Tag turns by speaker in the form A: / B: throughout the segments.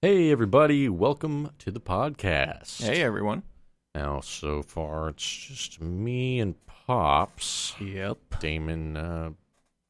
A: Hey, everybody, welcome to the podcast.
B: Hey everyone.
A: Now, so far, it's just me and Pops.
B: Yep.
A: Damon, uh,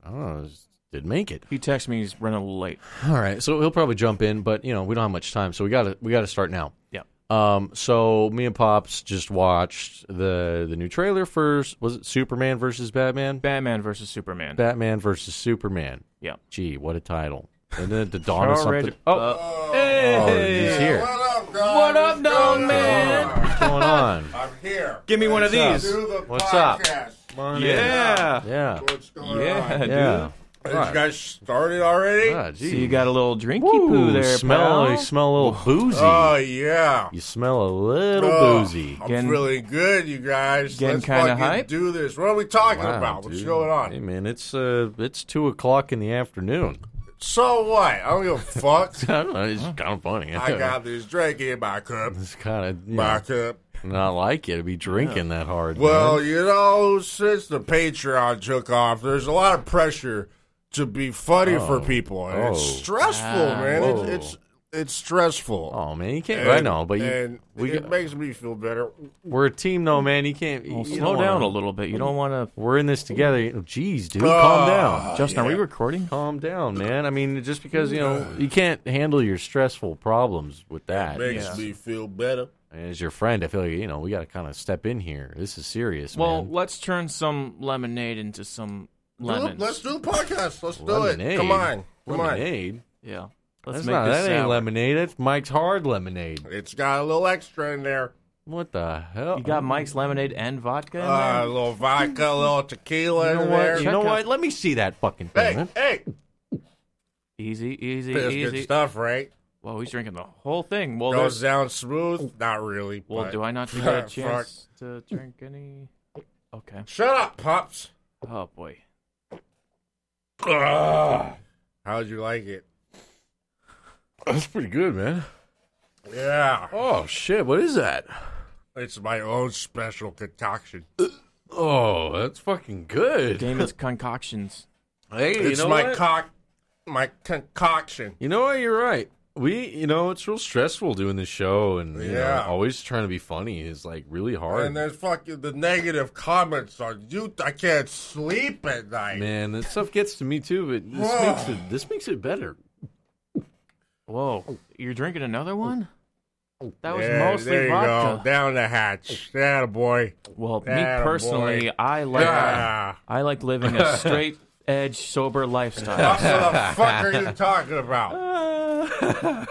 A: I don't know, did make it.
B: He texted me he's running a little late.
A: All right, so he'll probably jump in, but you know we don't have much time, so we gotta we gotta start now.
B: Yep.
A: Um, so me and Pops just watched the the new trailer first. Was it Superman versus Batman?
B: Batman versus Superman.
A: Batman versus Superman.
B: Yep.
A: Gee, what a title! And then the dawn of
B: Already-
A: something. Oh,
B: hey.
A: he's here.
C: up, guys?
B: What up,
C: What's
B: dog
C: going
B: man?
C: on?
A: What's going on?
C: I'm here.
B: Give me one of
A: What's
B: these.
C: Do the
A: What's up?
C: podcast.
B: Yeah.
A: Yeah.
C: What's going
B: Yeah,
C: on?
B: dude.
A: Yeah.
C: Did you guys started already?
A: Ah, gee.
B: So you got a little drinky
A: Ooh,
B: poo there,
A: smell,
B: pal.
A: you smell a little boozy.
C: Oh yeah.
A: you smell a little
C: Oh,
A: boozy.
C: I'm
B: Getting-
C: feeling good, you guys.
B: getting
C: Let's
B: kinda
C: fucking
B: hype?
C: do this. What are we talking
A: Wow,
C: about? What's
A: dude.
C: going
A: Hey,
C: on?
A: man, it's uh, it's two o'clock in the afternoon.
C: So what? I don't give a fuck.
A: I don't know. It's kind of funny.
C: I got this drink in my cup.
A: It's kind of you
C: My
A: know,
C: cup.
A: not like you to be drinking that hard.
C: Well,
A: man.
C: you know, since the Patreon took off, there's a lot of pressure to be funny for people. And It's
A: Oh.
C: stressful,
B: Ah.
C: man. It's,
A: Whoa.
C: it's it's stressful.
A: oh man, you can't.
C: And-
A: I know, but you,
C: and
A: we
C: it
A: got-
C: makes me feel better.
A: we're a team, though, man. You can't. you
B: Well,
A: don't
B: slow
A: wanna-
B: down a little bit. You don't want to.
A: We're in this together.
B: Oh,
A: You know, Jeez, dude,
C: Ah,
A: calm down.
B: Justin, are we recording?
A: Calm down, man. I mean, just because you know you can't handle your stressful problems with that,
C: Makes me feel better.
A: as your friend, I feel like you know we got to kind of step in here. This is serious,
B: Well,
A: man.
B: let's turn some lemonade into some
C: Do it.
B: lemons.
C: let's do the podcast. Let's do
A: Lemonade.
C: it. Come on, come
A: lemonade.
B: Yeah. Let's
A: That's
B: make
A: not,
B: this
A: that ain't
B: sour.
A: lemonade. That's Mike's hard lemonade.
C: on. It's got a little extra in there.
A: What the hell?
B: You got Mike's lemonade and vodka in
C: Uh, a
B: there?
C: little vodka, a little tequila
A: You know
C: in
A: what? You
C: there.
A: know
B: Check out-
A: what? Let me see that fucking thing.
C: Hey, hey,
B: Easy, easy,
C: that's
B: easy.
C: good stuff, right?
B: Whoa, he's drinking the whole thing. Well,
C: Goes
B: there's,
C: down smooth. Not really.
B: well
C: but-
B: do I not get a
C: Fuck.
B: chance to drink any? Okay.
C: Shut up, pups.
B: Oh, boy.
C: Ugh. How'd you like it?
A: That's pretty good, man.
C: Yeah.
A: Oh shit! What is that?
C: It's my own special concoction.
A: Oh, that's fucking good.
B: Damon's concoctions.
A: Hey,
C: it's my cock my concoction.
A: you know what? You're right. We, you know, it's real stressful doing this show, and you know,
C: Yeah.
A: always trying to be funny is like really hard.
C: And there's fucking the negative comments on you I can't sleep at night.
A: Man, that stuff gets to me too, but this makes it this makes it better.
B: Whoa, you're drinking another one? That was
C: Oh. Yeah, there
B: mostly
C: you go.
B: vodka.
C: Down the hatch. Yeah, boy.
B: Well,
C: Atta
B: me personally,
C: boy.
B: I like
C: Yeah.
B: I like living a straight edge sober
C: What
B: lifestyle.
C: the fuck are you talking about? You're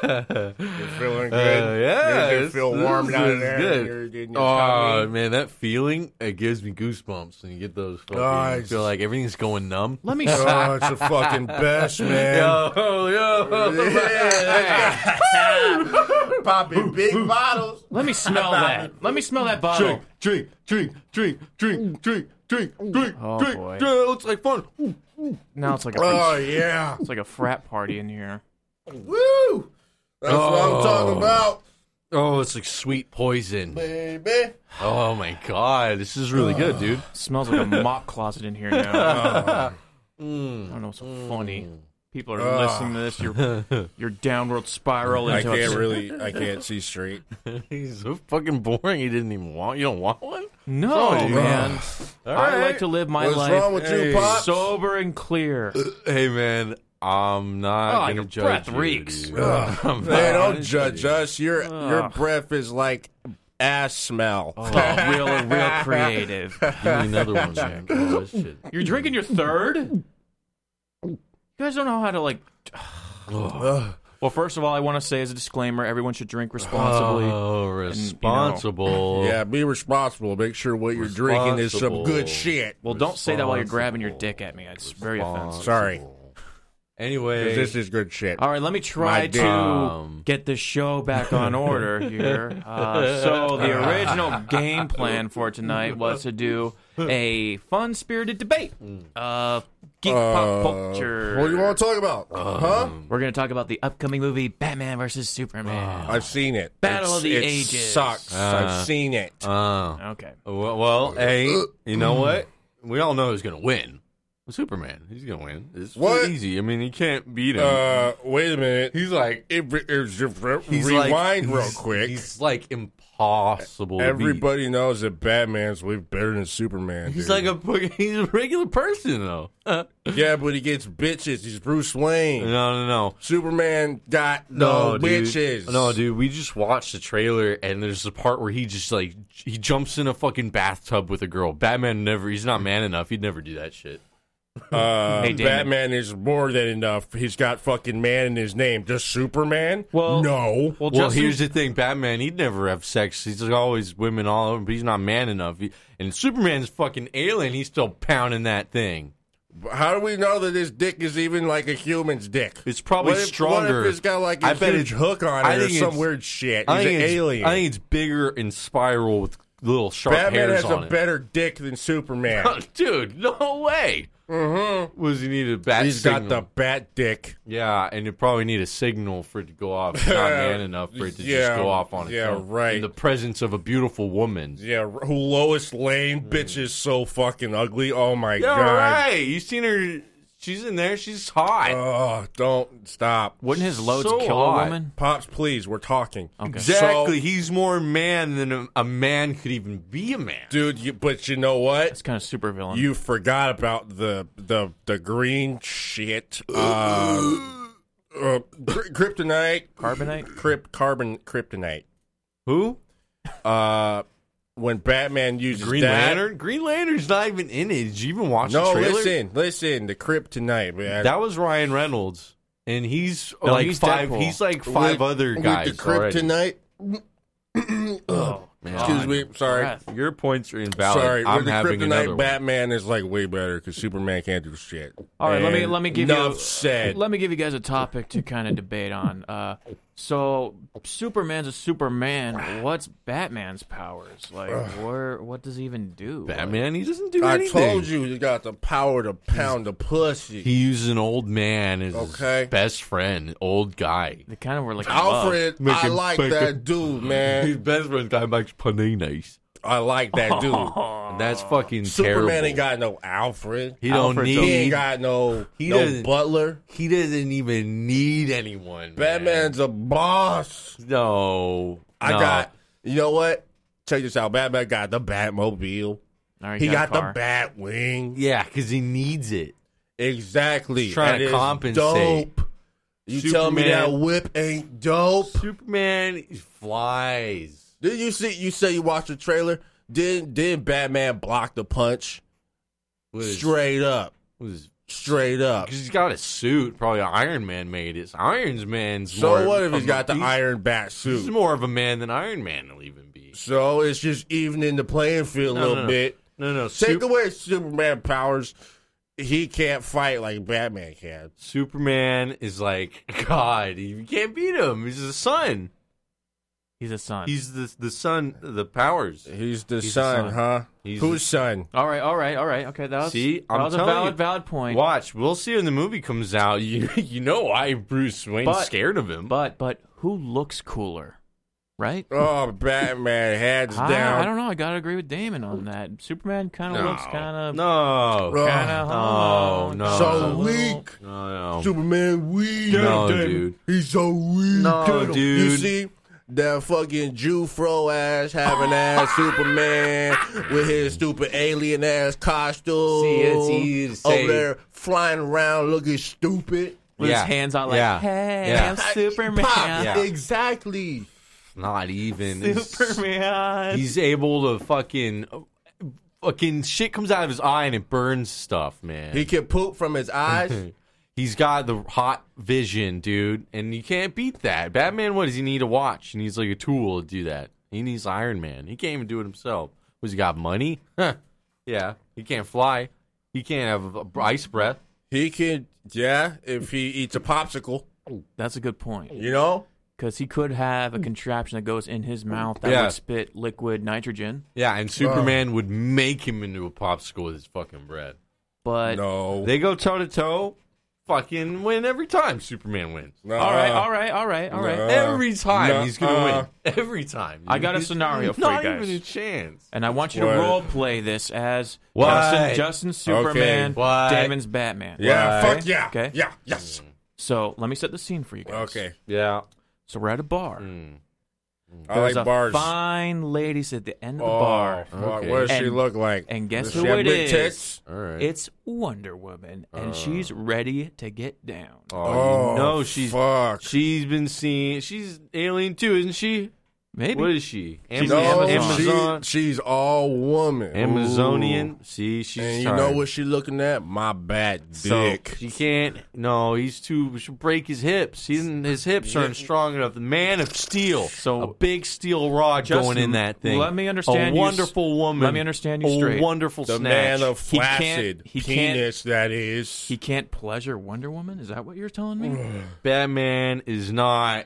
C: feeling good.
A: Uh, yeah,
C: You
A: this-
C: should feel warm
A: this
C: down
A: is
C: there.
A: good.
C: in your- in your
A: Oh
C: tummy.
A: man, that feeling it gives me goosebumps, and you get those. Fucking,
C: Oh,
A: you feel like everything's going numb.
B: Let me
C: oh, it's the fucking best, man.
A: Yo, yo,
C: Yeah. Popping big bottles.
B: let me smell that. Let me smell that bottle.
A: drink, drink, drink, drink, drink, drink, drink,
B: Oh,
A: drink.
B: boy.
A: Yeah, it looks like fun. Ooh,
B: Now it's like
C: Oh
B: a
C: yeah.
B: it's like a frat party in here.
C: Woo! That's what I'm talking about,
A: Oh, it's like sweet poison.
C: baby.
A: Oh my god, this is really good, dude.
B: smells like a mop closet in here now.
C: Oh.
B: I don't know what's so funny. People are listening to this. Your your downward spiral
C: I
B: into a-
C: can't really, I can't see straight.
A: He's so fucking boring. He didn't even want. You don't want one.
B: No,
A: Oh,
B: man. I
A: right.
B: like to live my
C: What's
B: life
C: wrong with
A: Hey.
C: you, pops?
B: sober and clear.
A: Hey man, I'm not
B: Oh,
A: gonna
B: your
A: judge
B: breath
A: you,
B: reeks.
A: dude.
C: Ugh. Man, don't judge us. Your your breath is like ass smell.
B: Oh, real, real creative.
A: Give me another one, man. Oh, this shit.
B: You're drinking your third? You guys don't know how to like.
C: Oh,
B: Well, first of all, I want to say as a disclaimer, everyone should drink responsibly.
A: Oh, responsible.
C: Yeah, be responsible. Make sure what you're drinking is some
A: Responsible.
C: good shit.
B: well, don't say that while you're grabbing your dick at me. It's very offensive.
C: Sorry,
A: Anyway,
C: this is good shit.
B: All right, let me
C: My
B: try
C: dick.
B: to
A: Um.
B: get the show back on order here. Uh, so the original game plan for tonight was to do a fun-spirited debate of geek pop culture.
C: Mm. Uh, What do you want to talk about? huh?
B: We're going to talk about the upcoming movie Batman versus Superman.
C: I've seen it.
B: Battle of
C: It's-
B: the
C: it
B: Ages.
C: Sucks. I've seen it.
A: uh,
B: okay.
C: Oh, Mm.
A: well, well, hey, you know what? We all know who's gonna win. Superman. He's gonna win. It's
C: What?
A: easy. I mean, you can't beat him.
C: Uh, wait a minute.
A: he's like
C: It, re- it's just re-
A: he's like-
C: rewind real
A: he's-
C: quick.
A: He's like impossible. to beat.
C: Everybody knows that Batman's way better than Superman.
A: He's
C: dude.
A: like a he's a regular person though. no,
C: yeah, but he gets bitches. He's Bruce Wayne.
A: no, no.
C: Superman got no,
A: dude.
C: bitches.
A: No, dude, we just watched the trailer and there's the part where he just like he jumps in a fucking bathtub with a girl. Batman never he's not man enough. He'd never do that shit.
C: Uh,
B: Hey, Damon.
C: Batman is more than enough. He's got fucking man in his name. Just Superman?
B: Well-
C: no.
A: Well,
B: Well, Justin,
A: here's the thing, Batman. He'd never have sex. He's always women all over, but he's not man enough. He, and Superman's fucking alien. He's still pounding that thing.
C: How do we know that his dick is even like a human's dick?
A: It's probably
C: what if,
A: stronger.
C: What if it's got like a
A: I bet
C: huge
A: it-
C: hook on
A: I
C: it or
A: think
C: some
A: it's-
C: weird shit?
A: I
C: He's
A: think
C: an
A: it's-
C: alien.
A: I think it's bigger and spiral with little sharp
C: Batman
A: hairs
C: has
A: on
C: a
A: it.
C: better dick than Superman.
A: Dude, no way. Mm-hmm. Was he need a bat?
C: He's got
A: signal.
C: the bat dick.
A: yeah, and you probably need a signal for it to go off. It's not man enough for it to
C: Yeah,
A: just go off on its
C: yeah,
A: own.
C: right.
A: In the presence of a beautiful woman.
C: Yeah, r- who Lois Lane bitch is so fucking ugly. Oh my
A: Yeah,
C: god.
A: Hmm. right. You seen her? She's in there. She's hot.
C: Oh, don't stop.
B: wouldn't his loads
A: so
B: kill
A: hot.
B: a woman?
C: Pops, please, we're talking.
A: exactly.
C: So,
A: He's more man than a, a man could even be a man.
C: dude, you, but you know what?
B: It's kind of super villain.
C: You forgot about the the the green shit. Uh, uh, cr- kryptonite,
B: carbonate.
C: crypt, carbon, kryptonite.
A: Who?
C: Uh, when Batman uses
A: Green
C: that,
A: Lantern. Green Lantern's not even in it. Did you even watch
C: No,
A: the trailer?
C: listen, listen. The kryptonite, man.
A: That was Ryan Reynolds, and he's
B: No,
A: like
B: he's
A: five.
B: Deadpool.
A: He's like five
C: Oh, With-
A: other
C: with
A: guys.
C: The kryptonite.
B: Oh,
C: Excuse me. Sorry.
B: Breath.
A: already. Your points are invalid.
C: Sorry,
A: I'm
C: with the
A: having another
C: kryptonite,
A: one.
C: Batman is like way better because Superman can't do shit.
B: All right, let me
C: And
B: let me give
C: enough
B: you
C: said.
B: let me give you guys a topic to kind of debate on. Uh, so Superman's a Superman. What's Batman's powers like? Where what does he even do?
A: Batman. He doesn't do
C: I
A: anything.
C: told you, you got the power to pound the pussy.
A: He uses an old man as
C: Okay.
A: his best friend, old guy.
B: They kind of were like in love.
C: Alfred,
A: Make
C: I
A: him
C: like
A: bake
C: that
A: it.
C: dude, man.
A: His best friend guy makes paninis.
C: I like that dude.
A: And that's fucking
C: Superman
A: terrible.
C: ain't got no Alfred.
A: he don't
B: Alfred's
A: need.
C: He ain't got no
A: He
C: no
A: doesn't-
C: butler.
A: he doesn't even need anyone.
C: Batman's a boss.
A: man. No,
C: I
A: no.
C: got. You know what? Check this out. Batman got the Batmobile.
B: All right,
C: He
B: got,
C: got,
B: a
C: the
B: car.
C: Batwing.
A: Yeah, because he needs it.
C: Exactly.
A: He's trying
C: That
A: to
C: is
A: compensate.
C: Dope. You tell me that
A: Superman-
C: whip ain't dope.
A: Superman flies.
C: Did you see? You say you watched the trailer. Did did Batman block the punch?
A: What is-
C: Straight up.
A: what is-
C: Straight up.
A: Because he's got a suit. Probably Iron Man made it. So Iron Man's
C: So
A: more
C: what if
A: of
C: he's got the
A: he's-
C: Iron Bat
A: He's
C: suit?
A: more of a man than Iron Man will even be.
C: So it's just evening the playing field a
A: No,
C: little
A: no, no.
C: bit.
A: No, no. Sup-
C: Take away Superman powers. He can't fight like Batman can.
A: Superman is like God. You can't beat him. He's the sun.
B: He's a son.
A: He's the the sun. The powers.
C: He's the
B: He's the
C: son,
B: son.
C: huh?
A: He's
C: Whose son?
B: all right, all right, all right. Okay, that was
A: See,
B: that
A: I'm
B: was a
A: telling
B: valid
A: you.
B: valid point.
A: Watch. We'll see when the movie comes out. You you know why Bruce Wayne's
B: But-
A: scared of him.
B: But but who looks cooler, right?
C: Oh, Batman, hands down.
B: I, I don't know. I gotta agree with Damon on that. Superman kind of
A: no.
B: looks kind of
A: no.
C: Ugh.
B: kind of
A: No, no.
C: So
A: Oh,
C: weak.
A: No, no.
C: Superman weak.
A: No, dude.
C: He's so weak.
A: No,
C: You
A: dude.
C: see that fucking Jew fro ass having ass Superman with his stupid alien ass costume.
A: See, it's easy to say.
C: Over there flying around looking stupid.
B: with
A: Yeah.
B: his hands out like,
A: Yeah.
B: "Hey,
A: Yeah.
B: I'm Superman,
C: Pop,
A: Yeah.
C: Exactly.
A: Not even. It's-
B: Superman."
A: He's able to fucking fucking shit comes out of his eye and it burns stuff, man.
C: He can poop from his eyes.
A: He's got the hot vision, dude, and you can't beat that. Batman, what does he need a watch? He needs like a tool to do that. He needs Iron Man. He can't even do it himself. Was he got money? Huh. Yeah. He can't fly. He can't have a- ice breath.
C: he can, yeah, if he eats a popsicle,
B: That's a good point
C: you know?
B: because he could have a contraption that goes in his mouth that
A: Yeah.
B: would spit liquid nitrogen,
A: Yeah, and Superman would make him into a popsicle with his fucking breath.
B: but
C: No.
A: They go toe to toe. fucking win every time Superman wins.
B: All right, all right, all right, all right.
C: Uh,
A: every time he's gonna
C: nuh-uh.
A: win. Every time.
B: I got a
A: He's-
B: scenario for you
A: not
B: guys.
A: even a chance.
B: And I want you to
C: What?
B: role play this as
A: What?
B: Justin, Justin Superman,
A: What?
B: Damon's Batman.
C: Yeah,
A: Why?
C: fuck yeah.
B: Okay.
C: Yeah, yes.
A: Mm,
B: So let me set the scene for you guys.
C: Okay.
A: Yeah.
B: So we're at a bar.
A: Mm.
C: I
B: There's
C: like
B: a
C: bars.
B: fine ladies at the end of the
C: Oh,
B: bar.
C: fuck,
A: Okay.
C: What does she
B: And-
C: look like?
B: and guess
C: Does
B: who
C: she have
B: it
C: big
B: is?
C: tits?
A: All right.
B: It's Wonder Woman,
C: Oh.
B: and she's ready to get down.
A: oh, you know she's
C: fuck.
A: she's been seeing she's alien too, isn't she?
B: Maybe.
A: What is she? Amaz-
B: She's
C: no,
B: Amazon.
C: she-
A: Amazon-
C: she's all woman.
A: Amazonian. See, she's
C: And you
A: tired.
C: know what she looking at? My bad dick.
A: She can't. No, he's too. She'll break his hips. He didn't- his hips aren't strong enough. The man of steel.
B: So-
A: a big steel rod
B: Justin,
A: going in that thing.
B: let me understand
A: A
B: you s-
A: wonderful woman.
B: let me understand you
A: a
B: straight.
A: Wonderful
C: the
A: snatch.
C: man of
B: He can't-
C: flaccid
B: he can't-
C: penis, that is.
B: He can't pleasure Wonder Woman? Is that what you're telling me?
A: Batman is not.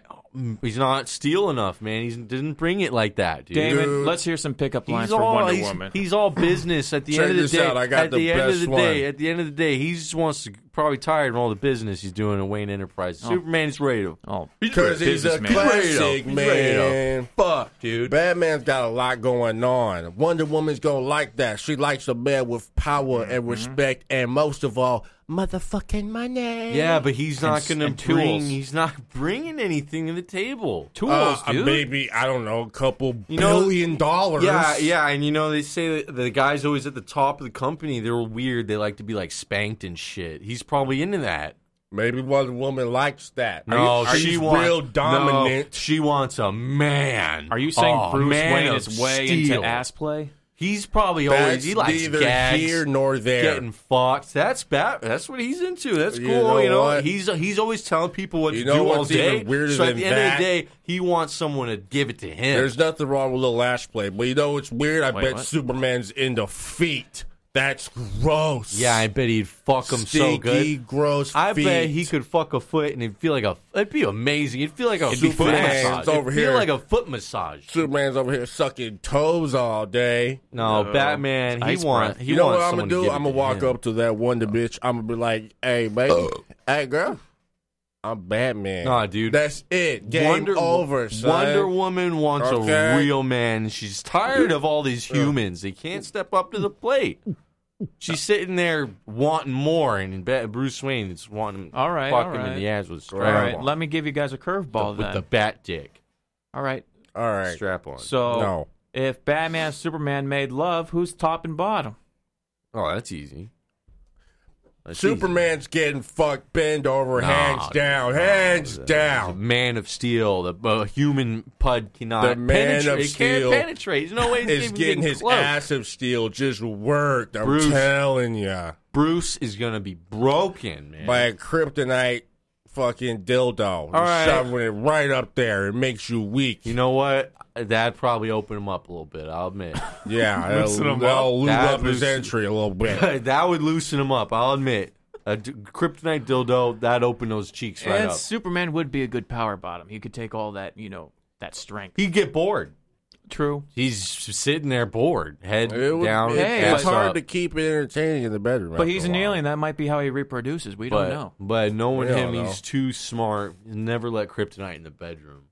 A: He's not steel enough, man. He didn't bring it like that, dude.
B: Damon,
C: Dude.
B: let's hear some pickup lines
A: He's
B: for
A: all,
B: Wonder
A: he's,
B: Woman.
A: he's all business at the
C: Check
A: end of the
C: this
A: day.
C: out, I got
A: at
C: the
A: end of
C: best
A: the
C: one.
A: day, at the end of the day, he just wants to probably tired of all the business he's doing at Wayne Enterprise. Superman's ready to
B: oh,
C: Because he's a
B: businessman.
C: classic
A: He's ready to-
C: man.
A: fuck, dude.
C: Batman's got a lot going on. Wonder Woman's gonna like that. She likes a man with power
B: Mm-hmm.
C: and respect, and most of all, motherfucking money.
A: Yeah, but he's not
B: s-
A: going to
B: and
A: bring.
B: tools.
A: He's not bringing anything to the table.
B: tools,
C: Uh,
B: dude.
C: maybe I don't know, a couple
A: You know-
C: billion dollars.
A: Yeah, yeah, and you know they say that the guys always at the top of the company. They're weird. They like to be like spanked and shit. He's probably into that.
C: Maybe Wonder Woman likes that.
A: No,
C: Are you-
A: she
C: she's
A: wants
C: real dominant.
A: no, she wants a man.
B: Are you saying
A: A
B: Bruce
A: man
B: Wayne
A: of
B: is way
A: steel.
B: into ass play?
A: He's probably always
C: That's
A: he likes
C: neither
A: gags,
C: here nor there.
A: getting fucked. That's bad. That's what he's into. That's cool.
C: You
A: You know,
C: know what?
A: he's he's always telling people what
C: You
A: to
C: know
A: do all
C: what's
A: day.
C: even weirder
A: so at
C: than
A: the end
C: that?
A: of the day, he wants someone to give it to him.
C: There's nothing wrong with a little ass play, but you know what's weird? I
B: Wait,
C: bet
B: what?
C: Superman's into feet. That's gross.
A: Yeah, I bet he'd fuck him so
C: Stinky,
A: good.
C: gross.
A: I
C: feet.
A: bet he could fuck a foot and it'd feel like a. It'd be amazing. It'd feel like a
C: It'd be
A: foot
C: fast.
A: massage.
C: It's over
A: it'd feel
C: here.
A: like a foot massage.
C: Superman's over here sucking toes all day.
A: No, Batman. He
B: Ice
A: want.
B: breath.
A: He
C: You know
A: wants
C: what I'm
A: someone
C: gonna
A: to
C: do?
A: give it
C: I'm gonna
A: to Oh.
C: walk
A: him.
C: up to that Wonder bitch. I'm gonna be like, "Hey, baby, hey, girl, I'm Batman."
A: Nah, dude.
C: That's it. Game
A: Wonder,
C: over. Son.
A: Wonder Woman wants
C: Okay.
A: a real man. She's tired of all these humans. They can't step up to the plate. She's sitting there wanting more, and Bat- Bruce Wayne is wanting
B: All right,
A: fuck
B: all
A: him
B: right.
A: in the ass with a
B: All
A: strap
B: right,
A: on.
B: let me give you guys a curveball
A: with
B: then.
A: the bat dick
B: All right,
C: All right.
A: strap on.
B: so
C: No.
B: if Batman, Superman made love, who's top and bottom?
A: oh, that's easy. That's easy.
C: Superman's getting fucked, bend over,
A: Nah,
C: hands
A: dude.
C: down, hands
A: The
C: down.
A: man of steel, the uh, human pud cannot
C: The man of
A: penetrate. It
C: steel
A: can't penetrate. There's no way it's
C: Is
A: even
C: getting his
A: close.
C: ass of steel just worked. I'm
A: Bruce.
C: telling ya,
A: Bruce is gonna be broken, man.
C: by a kryptonite fucking dildo,
A: All right.
C: shoving it right up there. It makes you weak.
A: You know what? That probably opened him up a little bit. I'll admit
C: Yeah, that'll,
B: Loosen 'em
C: that'll lube
A: That
C: up his
A: loosen-
C: entry a little bit.
A: that would loosen him up. I'll admit a d- kryptonite dildo that opened those cheeks right
B: and
A: up.
B: Superman would be a good power bottom. He could take all that, you know, that strength.
A: He'd get bored.
B: True.
A: He's sitting there bored, head
C: It would-
A: down.
C: it-
B: Hey,
A: ass
C: it's hard
A: up.
C: to keep it entertaining in the bedroom.
B: But
C: after
B: he's
C: a
B: an
C: while.
B: alien. That might be how he reproduces. We
A: but
B: don't know.
A: but knowing
C: We
A: him,
C: don't know.
A: he's too smart. Never let kryptonite in the bedroom.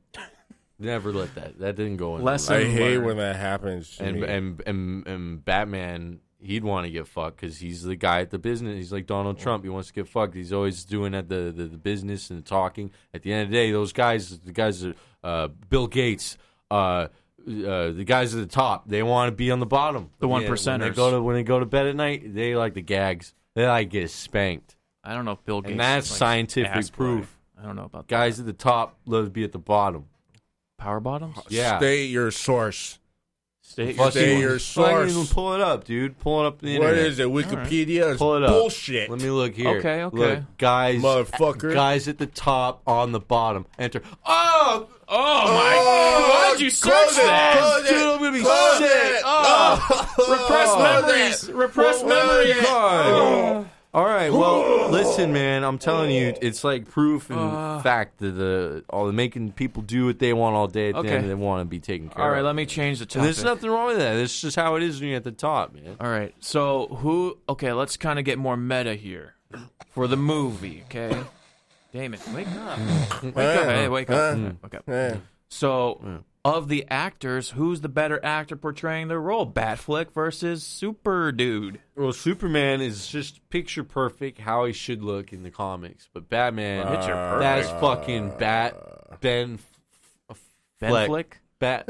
A: Never let that. That didn't go in.
B: Lesson
C: I hate
B: learned.
C: when that happens. To
A: and,
C: me.
A: and and and Batman, he'd want to get fucked because he's the guy at the business. He's like Donald Trump. He wants to get fucked. He's always doing at the the, the business and talking. At the end of the day, those guys, the guys, that, uh, Bill Gates, uh, uh, the guys at the top, they want to be on the bottom.
B: The one
A: when they
B: percenters.
A: go to when they go to bed at night, they like the gags. They like get spanked.
B: I don't know if Bill Gates.
A: that's
B: is, like,
A: scientific
B: ass
A: proof.
B: boy. I don't know about that.
A: Guys at the top love to be at the bottom.
B: power bottoms.
A: Yeah.
C: State your source.
B: State
A: Fucking-
C: Stay your
A: fucking
C: source.
A: Pull it up, dude. Pull it up. The
C: What
A: internet.
C: is it? Wikipedia is
A: Pull it up.
C: bullshit.
A: Let me look here.
B: Okay, okay.
A: Look, guys,
C: Motherfucker.
A: guys at the top, on the bottom. Enter. Oh,
B: Oh my!
C: Oh,
B: Why'd you
C: close
B: search
C: it,
B: that?
C: close
A: dude,
C: it,
A: I'm gonna be
C: close
A: sick.
C: it.
A: Oh,
B: Repressed
C: Oh,
B: memories.
C: that-
B: Repressed
C: Oh, well,
B: memories.
C: yeah.
A: God. oh. All right. Well, listen, man. I'm telling you, it's like proof and
B: Uh.
A: fact that the all the making people do what they want all day. At
B: Okay.
A: the end, they want to be taken care
B: All right,
A: of.
B: let me change the
A: and
B: topic.
A: there's nothing wrong with that. It's just how it is when you're at the top, man.
B: All right, so who? Okay, let's kind of get more meta here. for the movie, okay? Damn it, wake up. Wake
C: Yeah.
B: up, hey, wake up.
C: Yeah.
B: Wake up.
C: Yeah.
B: So, of the actors, who's the better actor portraying their role? Batfleck versus Super Dude.
A: Well, Superman is just picture perfect how he should look in the comics, but Batman,
B: Picture perfect.
A: that's fucking Bat Ben
B: Ben
A: Fleck.
B: Fleck?
A: Bat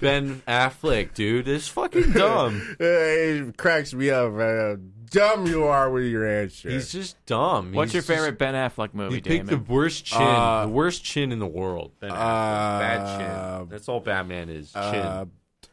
A: Ben Affleck, dude. It's fucking dumb.
C: It cracks me up, man. How dumb you are with your answer.
A: He's just dumb.
B: What's
A: He's
B: your
A: just-
B: favorite Ben Affleck movie,
A: He picked the
B: Damon?
A: worst chin,
C: Uh,
A: the worst chin in the world. Ben Affleck. Bad
C: uh,
A: chin. That's all Batman is. Chin.
C: uh,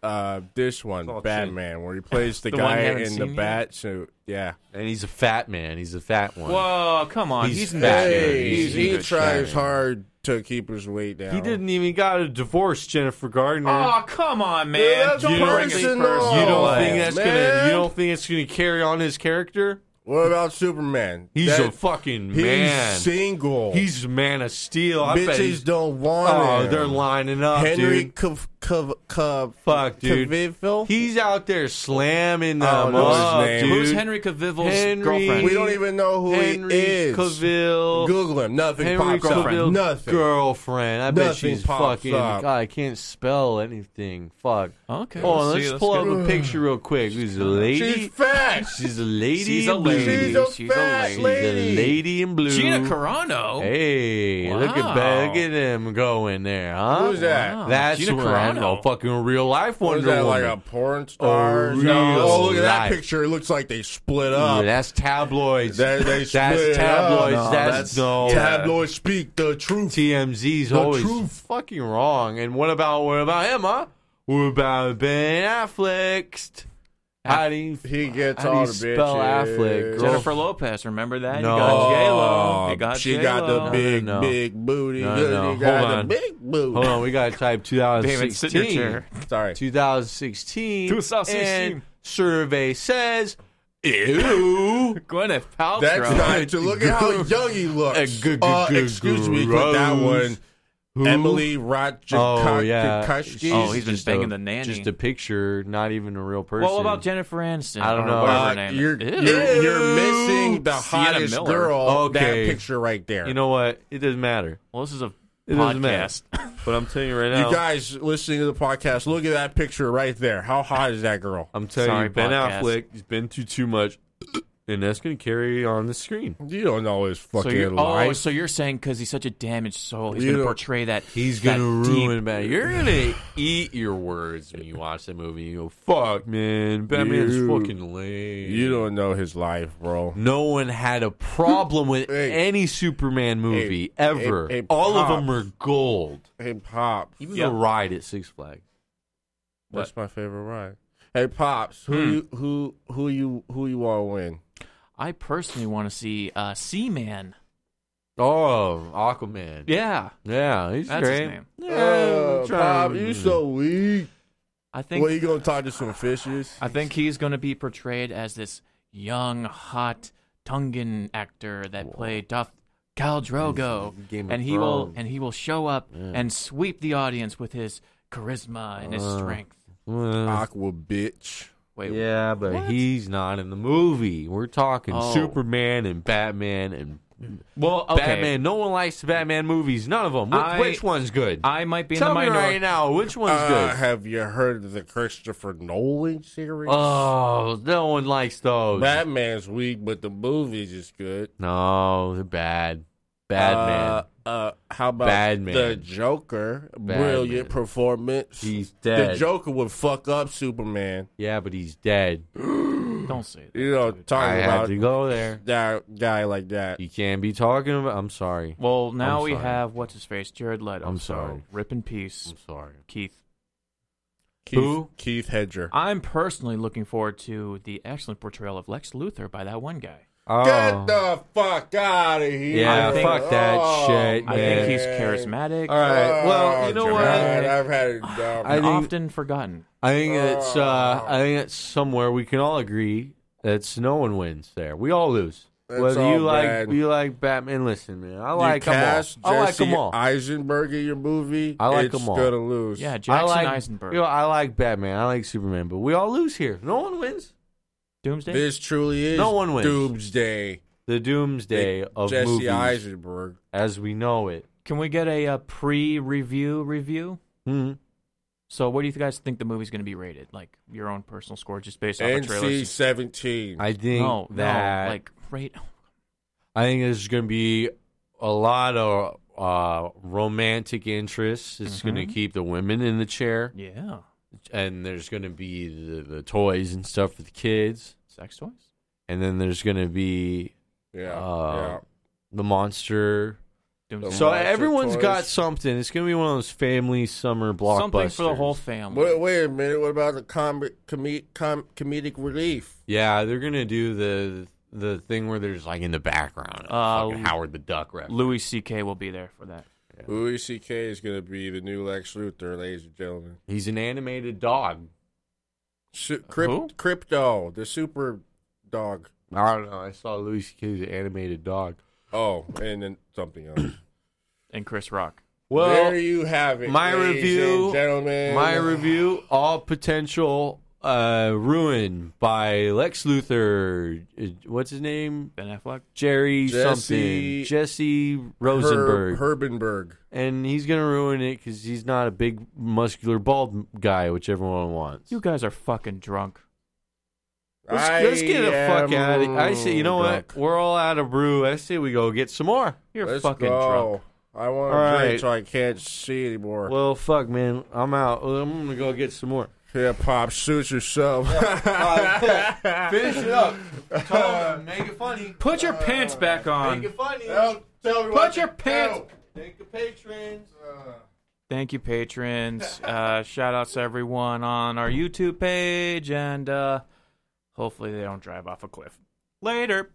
C: uh, this one,
A: all
C: Batman, where he plays the,
B: The one
C: guy
B: you haven't
C: in the
B: seen yet?
C: bat suit. Yeah.
A: and he's a fat man. He's a fat one.
B: Whoa, come on.
A: He's
B: He's,
A: fat.
B: not.
A: Hey,
B: he's-
C: he
B: he's a
C: tries
B: shame.
C: hard to keep his weight down.
A: He didn't even got a divorce, Jennifer Gardner.
B: Oh, come on, man.
C: that's
B: Don't bring
A: personal.
B: this personal.
A: you don't
C: oh,
A: think that's gonna?
C: man.
A: You don't think it's gonna carry on his character?
C: What about Superman?
A: He's
C: That-
A: a fucking
C: he's
A: man.
C: single.
A: He's a man of steel. I bet
C: bitches
A: he's.
C: don't want
A: Oh,
C: him.
A: they're lining up,
C: Henry
A: dude.
C: Cav- Cav- Cav-
A: Fuck, dude.
C: Cavill?
A: He's out there slamming them
C: I don't know his
A: up,
C: name.
A: dude.
B: Who's Henry Cavill's
A: Henry-
B: girlfriend?
C: we don't even know who
A: Henry
C: he is.
A: Cavill.
C: Google him. Nothing
A: Henry
C: pops up.
A: Cavill's
C: Nothing.
A: girlfriend. I bet
C: Nothing
A: she's
C: pops
A: fucking.
C: up.
A: God, I can't spell anything. Fuck.
B: Oh, Okay,
A: Hold on, Oh,
B: let's
A: let's
B: see, let's
A: pull
B: go.
A: up a picture real quick. She's a
C: She's
A: lady.
C: fat.
A: She's a lady.
B: She's
A: in
B: a
A: blue.
B: lady.
C: She's a
B: lady.
C: fat
A: She's a lady in blue.
B: Gina Carano.
A: Hey,
B: Wow.
A: look at that. Look at him going there, huh?
C: Who's that?
B: Wow.
A: That's
B: Gina
A: what I know.
B: Carano.
A: Fucking real life
C: What
A: Wonder
C: is that,
A: Woman.
C: like a porn star?
A: A
C: No. Oh, look at that
A: real-life.
C: picture. It looks like they split
A: Yeah,
C: up.
A: that's tabloids.
C: They- they split
A: that's
C: it
A: tabloids.
B: up. No,
A: that's,
B: that's-
A: no
C: Oh, Tabloids speak the truth.
A: TMZ's always
C: truth.
A: fucking wrong. And what about what about Emma? What about Ben Affleck? How do you
C: He gets
A: How do
C: all
A: you
C: the
A: spell
C: bitches.
A: Affleck, girl?
B: Jennifer Lopez, remember that?
A: No.
B: You got J-Lo.
C: Oh,
B: You got
C: she
B: J-Lo.
C: got the big,
A: no.
C: big booty.
A: No,
C: Look,
A: no,
C: she
A: hold
C: got
A: on.
C: the big booty.
A: Hold on, we got to type
B: David, sit in your
A: 2016.
B: chair.
C: Sorry.
A: 2016.
B: 2016.
A: And survey says, ew.
B: Gwyneth Paltrow.
C: That's not
A: Right.
C: to look at how young he
A: Uh,
C: looks.
A: g- g-
C: Uh,
A: g-
C: excuse me, but that
A: gross.
C: one,
A: Who?
C: Emily Roger.
A: Oh, yeah.
B: Oh, he's been
A: just
B: banging
A: a-
B: the nanny.
A: Just a picture, not even a real person.
B: well, what about Jennifer Aniston?
A: I don't
B: Or
A: know.
B: whatever
A: Uh,
B: her name is.
C: you're,
B: Ew.
C: you're, you're missing the
B: Sienna
C: hottest
B: Miller.
C: girl.
A: Okay.
C: That picture right there.
A: You know what? It doesn't matter.
B: Well, this is a
A: It doesn't
B: podcast.
A: matter. But I'm telling you right
C: you
A: now.
C: guys listening to the podcast, look at that picture right there. How hot is that girl?
A: I'm telling
B: Sorry,
A: you, Ben
B: podcast.
A: Affleck, he's been through too much, and that's going to carry on the screen.
C: You don't know his
B: So
C: fucking
B: you're, oh,
C: life.
B: so you're saying because he's such a damaged soul, he's
C: You
B: going to
C: don't-
B: portray that.
A: He's
B: that
A: going to
B: deep-
A: ruin Ben. You're going to eat your words when you watch that movie. You go, fuck, man. Batman's
C: You-
A: fucking lame.
C: you don't know his life, bro.
A: no one had a problem with
C: Hey.
A: any Superman movie
C: Hey,
A: ever.
C: hey, hey,
A: All of
C: Pop.
A: them are gold.
C: Hey, Pop.
A: Even
B: Yep.
A: the ride at Six Flags.
C: That's my favorite ride. Hey, Pops. Who
A: Hmm.
C: you who who you who you all win?
B: I personally want to see uh, Seaman.
A: Oh, Aquaman.
B: Yeah,
A: Yeah, he's
B: That's his
A: great.
B: name.
A: Yeah,
C: Uh,
A: I'm trying-
C: Pop, you so weak.
B: I think.
C: Well, you gonna talk to some fishes?
B: I think he's going to be portrayed as this young, hot Tungan actor that played Doth Cal Drogo,
A: Game of
B: and he will
A: Thrones.
B: and he will show up and sweep the audience with his charisma and his strength.
A: Uh,
C: Aqua bitch.
B: Wait,
A: Yeah, but
B: What?
A: he's not in the movie. We're talking
B: Oh.
A: Superman and Batman and
B: well, okay.
A: Batman. No one likes the Batman movies. None of them. Wh-
B: I-
A: which one's good?
B: I might be in
A: Tell
B: the
A: me
B: minority.
A: right now, which one's
C: Uh,
A: good?
C: have you heard of the Christopher Nolan series?
A: Oh, no one likes those.
C: Batman's weak, but the movies is good.
A: no, they're bad. Batman.
C: Uh, uh, how about
A: Batman.
C: the Joker?
A: Batman.
C: Brilliant performance.
A: he's
C: the
A: dead.
C: Joker would fuck up Superman.
A: yeah, but he's dead.
B: Don't say that.
C: You know,
A: I
C: talking
A: had
C: about
A: to go there.
C: that guy like that.
A: You can't be talking about. I'm sorry.
B: Well, now
A: I'm
B: we
A: sorry.
B: have what's his face, Jared Leto.
A: I'm
B: so
A: sorry.
B: rip in peace,
A: I'm sorry.
B: Keith.
C: Keith,
A: Who?
C: Keith Hedger.
B: I'm personally looking forward to the excellent portrayal of Lex Luthor by that one guy.
A: Oh.
C: Get the fuck out of here!
A: Yeah,
B: I think-
A: fuck that
C: Oh,
A: shit,
B: I
A: man.
B: think he's charismatic.
A: All right. Well,
C: Oh,
A: you know
C: God,
A: what?
B: dramatic.
C: I've had it. Dumb.
A: I think-
B: and often forgotten.
A: I think it's uh,
C: Oh.
A: I think it's somewhere we can all agree that no one wins there. We all lose.
C: It's
A: Whether you
C: all
A: like
C: bad.
A: you like Batman, listen, man, I like
C: you
A: them all.
C: cast
A: I like
C: Jesse
A: them all.
C: Eisenberg in your movie.
A: I like
C: it's
A: them all.
C: Gonna lose.
B: Yeah, Jackson
A: I like
B: Eisenberg.
A: You know, I like Batman. I like Superman, but we all lose here. No one wins.
B: Doomsday.
C: this truly is
A: No one wins.
C: Doomsday.
A: the doomsday of
C: Jesse
A: movies
C: Eisenberg.
A: as we know it.
B: Can we get a, uh pre-review review?
A: Hmm.
B: So, what do you guys think the movie's going to be rated? Like your own personal score, just based off the
C: NC
B: trailers.
C: seventeen.
A: I think
B: No,
A: that
B: no, like rate.
A: I think there's going to be a lot of uh, romantic interest. It's
B: Mm-hmm.
A: going to keep the women in the chair,
B: Yeah,
A: and there's going to be the, the toys and stuff for the kids,
B: sex toys.
A: and then there's going to be
C: Yeah.
A: uh, the monster.
B: Doomsday.
A: So eh,
C: monster
A: everyone's
C: toys.
A: got something. It's going to be one of those family summer blockbusters.
B: something for the whole
C: yeah.
B: family.
C: Wait, wait a minute. What about the comic, comed, com, comedic relief?
A: Yeah, they're going to do the the thing where there's like in the background
B: Uh,
A: fucking Howard the Duck reference.
B: Louis C.K. will be there for that.
C: Louis C.K. is going to be the new Lex Luthor, ladies and gentlemen.
A: He's an animated dog.
C: Su-
A: Uh,
C: Crypt-
B: Who?
C: Crypto, the super dog.
A: I don't know. I saw Louis C.K.'s animated dog.
C: Oh, and then something else.
B: And Chris Rock.
A: Well,
C: there you have it.
A: my
C: ladies
A: review-
C: and gentlemen.
A: My review: all potential uh, ruin by Lex Luthor. uh, What's his name?
B: Ben Affleck.
A: Jerry
C: Jesse-
A: something. Jesse Rosenberg,
C: Herb, Herbenberg.
A: and he's gonna ruin it because he's not a big, muscular, bald guy, which everyone wants.
B: You guys are fucking drunk.
A: let's,
C: I
A: let's get the fuck
C: am
A: out of. I say, you know what?
C: drunk.
A: We're all out of brew. I say we go get some more.
B: You're
C: Let's
B: fucking
C: go. I want to
A: All
C: drink
A: right.
C: so I can't see anymore.
A: Well, fuck, man. I'm out. I'm gonna go get some more.
C: Hip hop, suit yourself.
A: Finish it up. make it funny.
B: drunk. Put your pants back on.
A: funny.
B: Put your pants.
A: Thank the patrons.
B: Thank you, patrons. Uh, shout outs to everyone on our YouTube page, and uh, hopefully they don't drive off a cliff. Later.